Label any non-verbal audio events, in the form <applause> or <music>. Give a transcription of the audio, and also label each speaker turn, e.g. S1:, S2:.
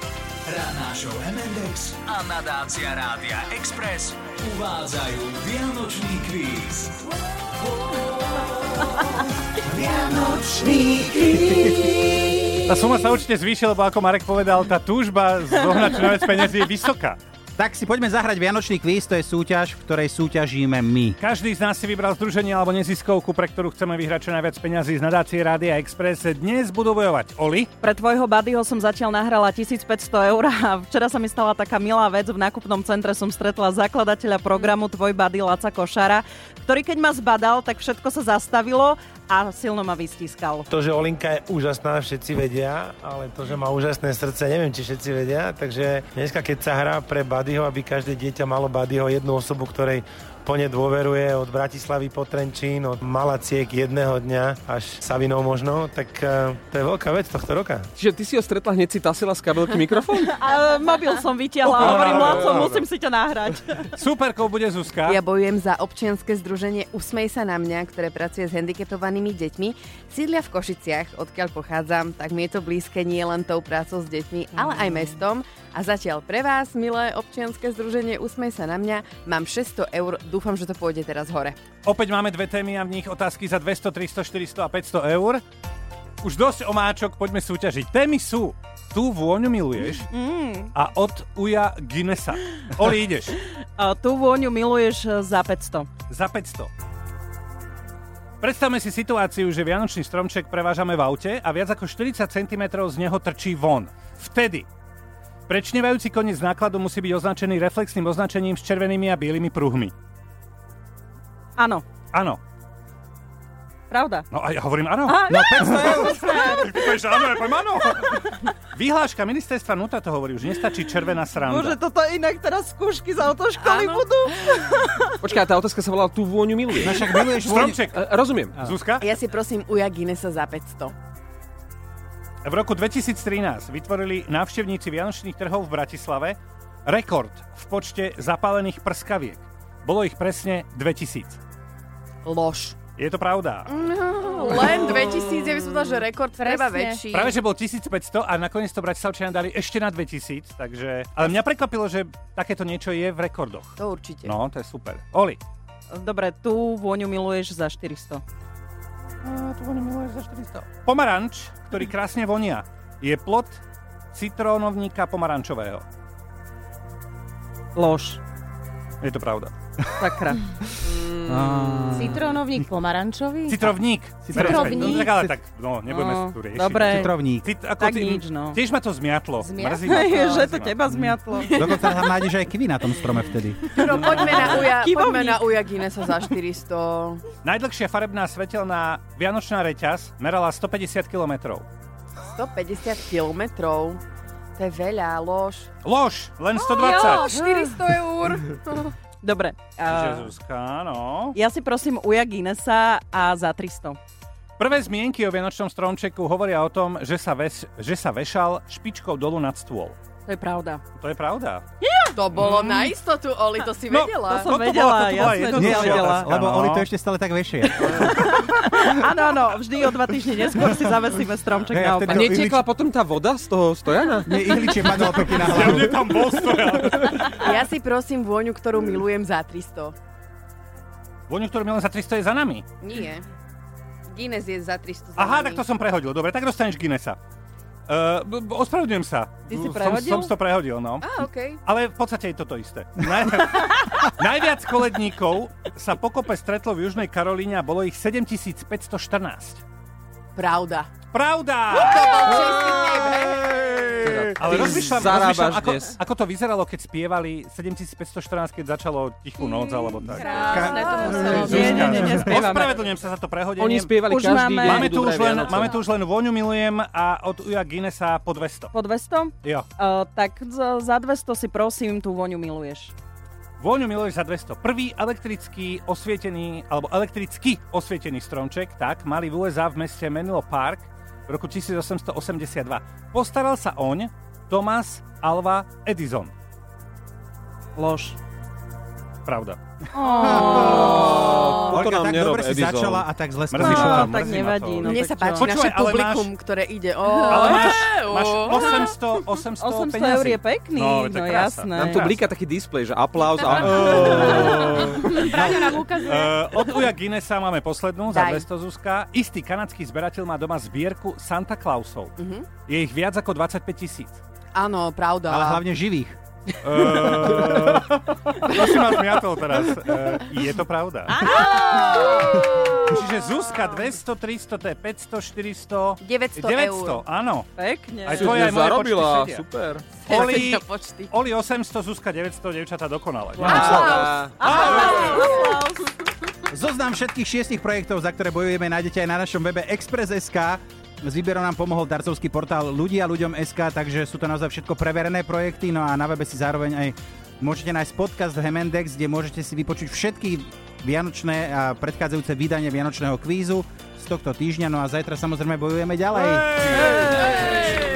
S1: podpora nášho M&X a nadácia Rádia Express uvádzajú Vianočný kvíz. Vianočný kvíz.
S2: Tá suma sa určite zvýši, lebo ako Marek povedal, tá túžba zohnať čo najviac peniazy je vysoká.
S3: Tak si poďme zahrať Vianočný kvíz, to je súťaž, v ktorej súťažíme my.
S2: Každý z nás si vybral združenie alebo neziskovku, pre ktorú chceme vyhrať čo najviac peňazí z nadácie Rádia Express. Dnes budú bojovať Oli,
S4: Pre tvojho buddyho som zatiaľ nahrala 1500 eur a včera sa mi stala taká milá vec. V nákupnom centre som stretla zakladateľa programu Tvoj buddy Laca Košara, ktorý keď ma zbadal, tak všetko sa zastavilo a silno ma vystiskal.
S5: To, že Olinka je úžasná, všetci vedia, ale to, že má úžasné srdce, neviem, či všetci vedia. Takže dneska, keď sa hrá pre Buddyho, aby každé dieťa malo Buddyho, jednu osobu, ktorej plne dôveruje od Bratislavy po Trenčín, od Malaciek jedného dňa až Savinou možno, tak eh, to je veľká vec tohto roka.
S6: Čiže ty si ho stretla hneď si tasila z kabelky mikrofón?
S4: A E, mobil som vytiahla a hovorím, Laco, musím si ťa nahrať.
S2: superkou bude Zuzka.
S7: Ja bojujem za občianske združenie Usmej sa na mňa, ktoré pracuje s handicapovanými deťmi. Sídlia v Košiciach, odkiaľ pochádzam, tak mi je to blízke nie len tou prácou s deťmi, ale aj mestom. A zatiaľ pre vás, milé občianske združenie Usmej sa na mňa, mám 600 eur, dúfam, že to pôjde teraz hore.
S2: Opäť máme dve témy a v nich otázky za 200, 300, 400 a 500 eur. Už dosť omáčok, poďme súťažiť. Témy sú Tu vôňu miluješ a od Uja Guinnessa. Oli, ideš.
S4: A tú vôňu miluješ e, za 500.
S2: Za 500. Predstavme si situáciu, že vianočný stromček prevážame v aute a viac ako 40 cm z neho trčí von. Vtedy Prečnevajúci koniec nákladu musí byť označený reflexným označením s červenými a bielými pruhmi.
S4: Áno,
S2: Áno.
S4: pravda.
S2: No a ja hovorím áno.
S4: Á,
S2: No 500 eur. Ty povieš áno, ja poviem áno. Vyhláška ministerstva nuta to hovorí, už nestačí červená
S4: Bože,
S2: sranda.
S4: toto inak teraz skúšky z autoškoly budú.
S6: Počkaj, tá otázka sa volala Tu vôňu miluje.
S3: No však miluješ vôňu...
S2: Stromček.
S6: E, Rozumiem.
S2: Zuzka?
S7: Ja si prosím uja Guinnessa za 500.
S2: V roku 2013 vytvorili návštevníci vianočných trhov v Bratislave rekord v počte zapálených prskaviek. Bolo ich presne 2000.
S7: Lož.
S2: Je to pravda.
S7: Len 2000, ja by som povedala, že rekord treba
S8: Presne.
S7: väčší.
S2: Práve, že bol 1500 a nakoniec to Bratislavčania dali ešte na 2000, takže... Ale mňa prekvapilo, že takéto niečo je v rekordoch.
S7: To určite.
S2: No, to je super. Oli.
S4: Dobre, tú vôňu miluješ za 400.
S2: Pomaranč, ktorý krásne vonia, je plod citrónovníka pomarančového.
S4: Lož.
S2: Je to pravda.
S4: Sakra.
S2: Mm.
S8: Citrónovník pomarančový?
S2: Citrovník.
S8: Citrovník.
S2: No, tak ale tak, no, nebudeme
S4: No,
S2: sa tu riešiť.
S4: dobre.
S3: Citrovník.
S2: Cit, ako
S4: Tak
S2: ty,
S4: nič, no.
S2: Tiež ma to zmiatlo.
S8: Zmiatlo?
S2: Mrzí
S4: <laughs>
S2: ma to.
S4: Že to
S2: Mrzí ma Mm.
S4: teba zmiatlo.
S3: Dokonca tam nájdeš aj kivy na tom strome vtedy.
S7: Juro, poďme na uja,
S4: Kývovník.
S7: poďme na uja Guinnessa za 400.
S2: Najdlhšia farebná svetelná vianočná reťaz merala 150 km.
S7: 150 kilometrov. To je veľa, lož. Ah.
S2: Lož, len 120.
S7: Jo, 400 eur.
S4: Dobre. a-
S2: Jezuska, no.
S4: Ja si prosím uja Guinnessa a za 300.
S2: Prvé zmienky o vianočnom stromčeku hovoria o tom, že sa, ves, že sa vešal špičkou dolu nad stôl.
S4: To je pravda.
S2: To je pravda.
S7: To bolo na istotu, Oli, Mm. to si
S2: No,
S7: vedela.
S4: To som
S2: Toto
S4: vedela,
S2: bola- toto bola
S4: jasné, to
S2: jednoduchá
S4: som vedela.
S2: otázka.
S3: Lebo
S2: no.
S3: Oli to ešte stále tak vešie.
S4: Áno, áno, vždy o dva týždne neskôr si zavesíme stromček
S3: Hej, a
S4: na
S6: A
S3: vtedy-
S6: netiekla potom tá voda z toho stojana?
S3: Mne ihličie padalo pekne na hlavu.
S2: Kde tam bol stojan?
S7: Ja si prosím vôňu, ktorú milujem za 300.
S2: Voňu, ktorú milujem za 300 je za nami.
S7: Nie. Guinness je za 300. za
S2: Aha,
S7: nami.
S2: tak to som prehodil. Dobre, tak dostaneš Guinnessa. Uh, ospravedlňujem sa.
S4: Ty si
S2: Som-
S4: prehodil?
S2: Som, som to prehodil, no.
S7: Á, Ah, okej.
S2: Ale v podstate je toto isté. Naj- <laughs> Najviac koledníkov sa pokope stretlo v Južnej Karolíne a bolo ich 7514.
S7: Pravda.
S2: Pravda! Hej! Ale
S6: Ty
S2: rozmýšľam,
S6: zarábaš
S2: rozmýšľam ako,
S6: dnes.
S2: ako to vyzeralo, keď spievali 7514, keď začalo Tichú noc, alebo tak.
S7: Krásne to muselo byť.
S4: Nie, nie, nie, nespievame.
S2: Ospravedlňujem sa za to prehodenie.
S6: Oni spievali
S4: Už
S6: každý
S4: máme-
S6: deň
S2: Máme tu,
S6: Dobré
S2: už len,
S6: Vianoce.
S2: máme tu už len Vôňu milujem a od Uja Guinnessa po 200.
S4: Po 200?
S2: Jo.
S4: Uh, tak za za 200 si prosím, tú voňu miluješ.
S2: Vôňu miluješ za 200. Prvý elektrický osvietený, alebo elektricky osvietený stromček, tak, mali v USA v meste Menlo Park v roku 1882. Postaral sa oň Thomas Alva Edison.
S4: Lož.
S2: Pravda.
S6: Toto
S3: Olga
S6: nám
S3: tak
S6: nerob,
S3: dobre si
S6: Edizol.
S3: začala a tak zle
S2: Mrzí ma
S3: skončila.
S2: to,
S4: tak
S2: mrzí ma
S4: nevadí,
S2: to.
S4: no.
S7: Mne sa
S4: tak
S7: páči
S4: čo?
S2: Počúvaj,
S7: naše
S2: ale
S7: publikum, ktoré ide o...
S2: Ale máš, máš 800, 800,
S4: 800 eur
S2: peňazí.
S4: je pekný,
S2: No,
S4: no,
S2: veď to je krása.
S4: jasné.
S6: Nám tu blíka taký displej, že aplauz a...
S8: Braňo nám ukazuje.
S2: Uh, od Uja Guinnessa máme poslednú, za
S7: Daj.
S2: 200 Zuzka. Istý kanadský zberateľ má doma zbierku Santa Clausov. Je ich viac ako 25 tisíc.
S7: Áno, pravda.
S3: Ale hlavne živých.
S2: Uh, to si ma zmiatol teraz. Uh, je to pravda. Čiže Zuzka 200, 300, to je 500, 400...
S7: 900
S2: 900
S7: eur.
S2: áno.
S4: Pekne.
S2: Aj
S6: Čo
S2: tvoje,
S6: dnes
S2: aj moje
S6: zarobila,
S2: počty sedia.
S6: super.
S2: Oli,
S7: Tieto počty.
S2: Oli 800, Zuzka 900, devčatá dokonale.
S6: Aplauz.
S4: Aplaus.
S3: Zoznam všetkých šiestich projektov, za ktoré bojujeme, nájdete aj na našom webe Express.sk. S výberom nám pomohol darcovský portál Ľudia ľuďom SK, takže sú to naozaj všetko preverené projekty, no a na webe si zároveň aj môžete nájsť podcast Hemendex, kde môžete si vypočuť všetky vianočné a predchádzajúce vydanie vianočného kvízu z tohto týždňa, no a zajtra samozrejme bojujeme ďalej.
S2: Hej!